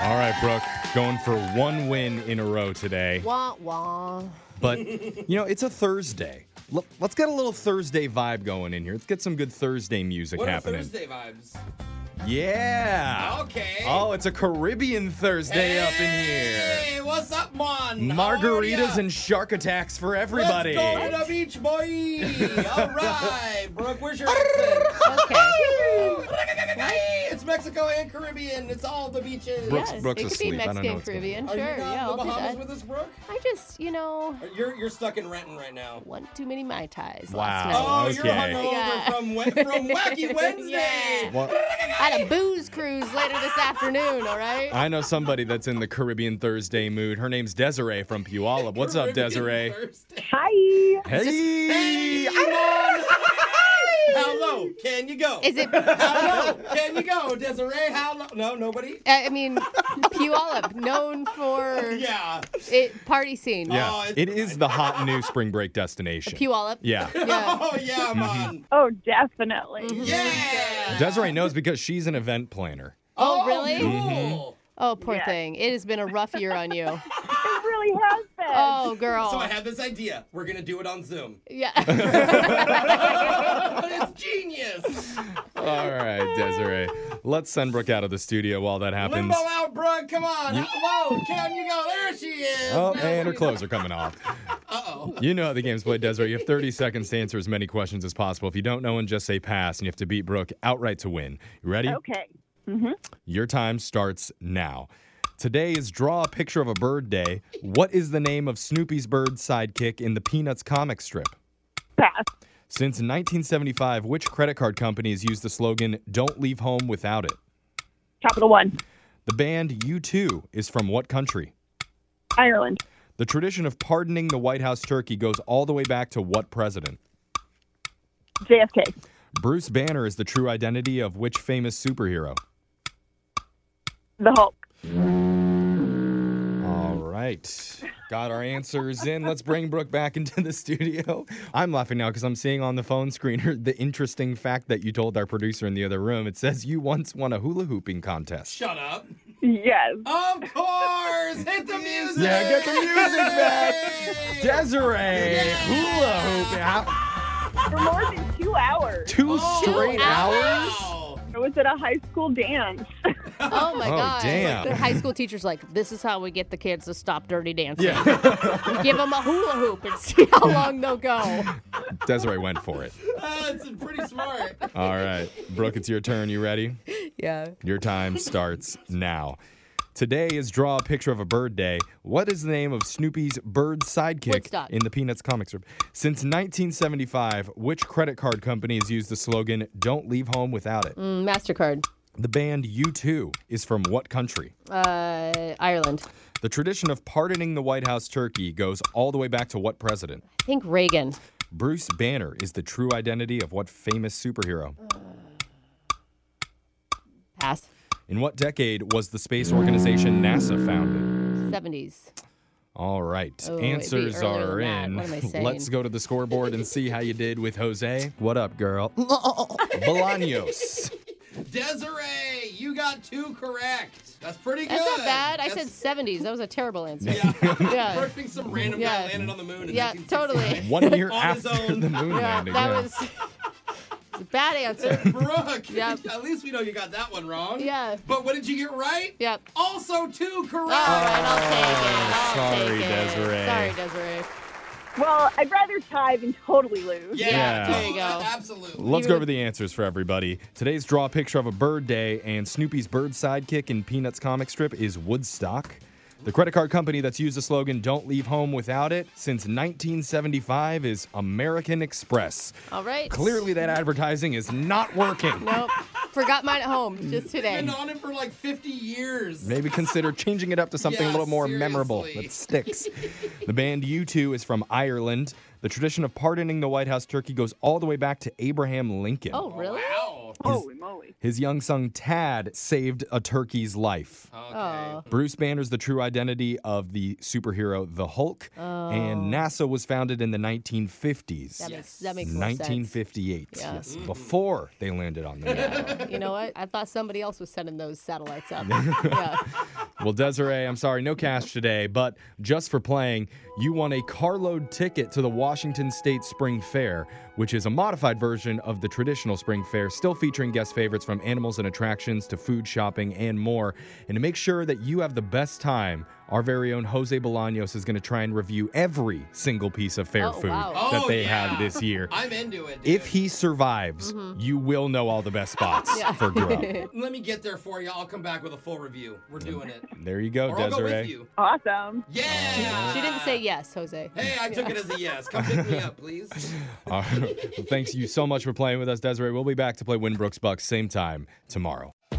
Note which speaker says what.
Speaker 1: Westbrook going for one win in a row today.
Speaker 2: Wah, wah.
Speaker 1: But, you know, it's a Thursday. L- Let's get a little Thursday vibe going in here. Let's get some good Thursday music
Speaker 3: What are
Speaker 1: happening.
Speaker 3: Thursday vibes?
Speaker 1: Yeah.
Speaker 3: Okay.
Speaker 1: Oh, it's a Caribbean Thursday up in
Speaker 3: Hey, what's up, man?
Speaker 1: here.
Speaker 3: How are
Speaker 1: Margaritas
Speaker 3: ya?
Speaker 1: and shark attacks for everybody.
Speaker 3: Let's go to the beach, boy. All right, Brooke, where's your accent?
Speaker 2: Okay.
Speaker 3: It's Mexico and Caribbean. It's all the beaches.
Speaker 1: Brooks-
Speaker 2: yes,
Speaker 1: Brooks
Speaker 2: it could be
Speaker 1: asleep. I don't know
Speaker 2: Mexican,
Speaker 1: what's going
Speaker 3: Are
Speaker 1: on.
Speaker 2: Caribbean. Sure,
Speaker 3: you not
Speaker 2: yeah,
Speaker 3: in
Speaker 2: I'll
Speaker 3: the
Speaker 2: do
Speaker 3: Bahamas
Speaker 2: that.
Speaker 3: with us, Brooke?
Speaker 2: I just, you know,
Speaker 3: You're you're stuck in Renton right now.
Speaker 2: one too many mai tais
Speaker 1: Wow.
Speaker 2: last
Speaker 3: Oh,
Speaker 2: night.
Speaker 3: you're
Speaker 1: Okay.
Speaker 3: hungover
Speaker 2: Yeah.
Speaker 3: from we- from Wacky Wednesday.
Speaker 2: Yeah.
Speaker 1: Well,
Speaker 2: I had a booze cruise later this afternoon. All right.
Speaker 1: I know somebody that's in the Caribbean Thursday mood. Her name's Desiree from Puyallup. What's up,
Speaker 3: Caribbean
Speaker 1: Desiree?
Speaker 3: Thursday.
Speaker 4: Hi.
Speaker 1: Hey!
Speaker 3: How low can you go?
Speaker 2: Is it?
Speaker 3: How low can you go, Desiree? How low? No, nobody.
Speaker 2: I mean, Puyallup, known for
Speaker 3: Yeah.
Speaker 2: it party scene.
Speaker 1: Yeah,
Speaker 3: Oh, it's
Speaker 1: it is the hot new spring break destination.
Speaker 2: Puyallup.
Speaker 1: Yeah.
Speaker 2: Yeah.
Speaker 3: Oh yeah,
Speaker 1: Mm-hmm.
Speaker 3: man.
Speaker 4: Oh,
Speaker 3: Mm-hmm.
Speaker 4: definitely.
Speaker 3: Yeah.
Speaker 1: Desiree knows because she's an event planner.
Speaker 2: Oh, really?
Speaker 3: cool.
Speaker 2: Oh, poor
Speaker 4: Yeah.
Speaker 2: thing. It has been a rough year on you.
Speaker 4: It really has been.
Speaker 2: Oh, girl.
Speaker 3: So I had this idea. We're gonna do it on Zoom.
Speaker 2: yeah.
Speaker 3: it's genius.
Speaker 1: All right, Desiree. Let's send Brooke out of the studio while that happens.
Speaker 3: Limbo out, bro. Come on. How low can you go? There she is.
Speaker 1: Oh, and her clothes are coming off.
Speaker 3: Uh-oh.
Speaker 1: You know how the game's played, Desiree. You have 30 seconds to answer as many questions as possible. If you don't know one, just say pass, and you have to beat Brooke outright to win. You ready?
Speaker 4: Okay.
Speaker 1: Your time starts now. Today is Draw a Picture of a Bird Day. What is the name of Snoopy's bird sidekick in the Peanuts comic strip?
Speaker 4: Pass.
Speaker 1: Since 1975, which credit card company has used the slogan, Don't Leave Home Without It?
Speaker 4: Capital One.
Speaker 1: The band U2 is from what country?
Speaker 4: Ireland.
Speaker 1: The tradition of pardoning the White House turkey goes all the way back to what president?
Speaker 4: JFK.
Speaker 1: Bruce Banner is the true identity of which famous superhero?
Speaker 4: The Hulk.
Speaker 1: All right. Got our answers in. Let's bring Brooke back into the studio. I'm laughing now because I'm seeing on the phone screener the interesting fact that you told our producer in the other room. It says you once won a hula hooping contest.
Speaker 3: Shut up.
Speaker 4: Yes.
Speaker 3: Of course. Hit the music.
Speaker 1: Yeah, get the music back.
Speaker 3: Yay.
Speaker 1: Desiree, hula hooping. How-
Speaker 4: For more than two hours.
Speaker 1: Two
Speaker 3: Oh,
Speaker 1: straight hours?
Speaker 3: wow.
Speaker 4: I was at a high school dance.
Speaker 2: Oh my
Speaker 1: Oh,
Speaker 2: god.
Speaker 1: damn.
Speaker 2: The high school teacher's like, this is how we get the kids to stop dirty dancing.
Speaker 1: Yeah.
Speaker 2: Give them a hula hoop and see how long they'll go.
Speaker 1: Desiree went for it.
Speaker 3: That's pretty smart.
Speaker 1: All right. Brooke, it's your turn. You ready?
Speaker 2: Yeah.
Speaker 1: Your time starts now. Today is Draw a Picture of a Bird Day. What is the name of Snoopy's bird sidekick
Speaker 2: Woodstock.
Speaker 1: in the Peanuts comic strip? Since 1975, which credit card company has used the slogan, Don't Leave Home Without It?
Speaker 2: Mm, MasterCard.
Speaker 1: The band U2 is from what country?
Speaker 2: Uh, Ireland.
Speaker 1: The tradition of pardoning the White House turkey goes all the way back to what president?
Speaker 2: I think Reagan.
Speaker 1: Bruce Banner is the true identity of what famous superhero?
Speaker 2: Pass.
Speaker 1: In what decade was the space organization NASA founded?
Speaker 2: 70s.
Speaker 1: All right.
Speaker 2: Oh, it'd be
Speaker 1: Answers
Speaker 2: earlier
Speaker 1: are in.
Speaker 2: than that. What am I saying?
Speaker 1: Let's go to the scoreboard and see how you did with Jose. What up, girl? Bolaños.
Speaker 3: Desiree, you got two correct. That's pretty
Speaker 2: That's
Speaker 3: good.
Speaker 2: not bad. I
Speaker 3: That's-
Speaker 2: said 70s. That was a terrible answer.
Speaker 3: Yeah.
Speaker 2: Yeah.
Speaker 3: Brooke thinks some random
Speaker 2: Yeah.
Speaker 3: guy landed on the moon. In
Speaker 2: Yeah,
Speaker 3: 1969.
Speaker 1: One year
Speaker 3: On his
Speaker 1: after
Speaker 3: own.
Speaker 1: the moon
Speaker 2: Yeah,
Speaker 1: landing.
Speaker 2: that
Speaker 1: yeah.
Speaker 2: was it's a bad answer.
Speaker 3: Brooke,
Speaker 2: Yep.
Speaker 3: at least we know you got that one wrong.
Speaker 2: Yeah.
Speaker 3: But what did you get right?
Speaker 2: Yep.
Speaker 3: Also two correct.
Speaker 2: All right, I'll take it. I'll
Speaker 1: Oh, sorry,
Speaker 2: take it.
Speaker 1: Desiree.
Speaker 2: Sorry, Desiree.
Speaker 4: Well, I'd rather tie than totally lose.
Speaker 3: Yeah.
Speaker 1: Yeah.
Speaker 2: There you go.
Speaker 3: Absolutely.
Speaker 1: Let's
Speaker 2: You-
Speaker 1: go over the answers for everybody. Today's draw a picture of a bird day and Snoopy's bird sidekick in Peanuts comic strip is Woodstock. The credit card company that's used the slogan "Don't leave home without it" since 1975 is American Express.
Speaker 2: All right.
Speaker 1: Clearly, that advertising is not working.
Speaker 2: Nope. Forgot mine at home just today.
Speaker 3: Been on it for like 50 years.
Speaker 1: Maybe consider changing it up to something a
Speaker 3: Yeah,
Speaker 1: little more memorable
Speaker 3: seriously.
Speaker 1: that sticks. the band U2 is from Ireland. The tradition of pardoning the White House turkey goes all the way back to Abraham Lincoln.
Speaker 2: Oh, really?
Speaker 3: Wow.
Speaker 4: Holy moly. Totally.
Speaker 1: His young son Tad saved a turkey's life.
Speaker 3: Okay.
Speaker 2: Oh.
Speaker 1: Bruce Banner's the true identity of the superhero the Hulk, and NASA was founded in the 1950s.
Speaker 2: Oh. That makes that makes more sense.
Speaker 1: 1958.
Speaker 2: Yeah.
Speaker 1: Yes, before they landed on the moon.
Speaker 2: You know what? I thought somebody else was sending those satellites up. yeah.
Speaker 1: well, Desiree, I'm sorry, no cash today, but just for playing, you won a carload ticket to the Washington State Spring Fair, which is a modified version of the traditional Spring Fair, still featuring guest favorites from animals and attractions to food shopping and more. And to make sure that you have the best time, our very own Jose Bolaños is going to try and review every single piece of fair
Speaker 2: Oh,
Speaker 1: food
Speaker 2: wow.
Speaker 1: that
Speaker 3: Oh,
Speaker 1: they
Speaker 3: yeah.
Speaker 1: have this year.
Speaker 3: I'm into it. dude.
Speaker 1: If he survives, you will know all the best spots for grub.
Speaker 3: Let me get there for you. I'll come back with a full review. We're doing it.
Speaker 1: There you go,
Speaker 3: or I'll
Speaker 1: Desiree.
Speaker 3: go with you.
Speaker 4: Awesome.
Speaker 3: Yeah.
Speaker 2: Oh, She didn't say yes, Jose.
Speaker 3: Hey, I took it as a yes. Come pick me up, please.
Speaker 1: All right. Well, thanks you so much for playing with us, Desiree. We'll be back to play Winbrooks Bucks same time tomorrow.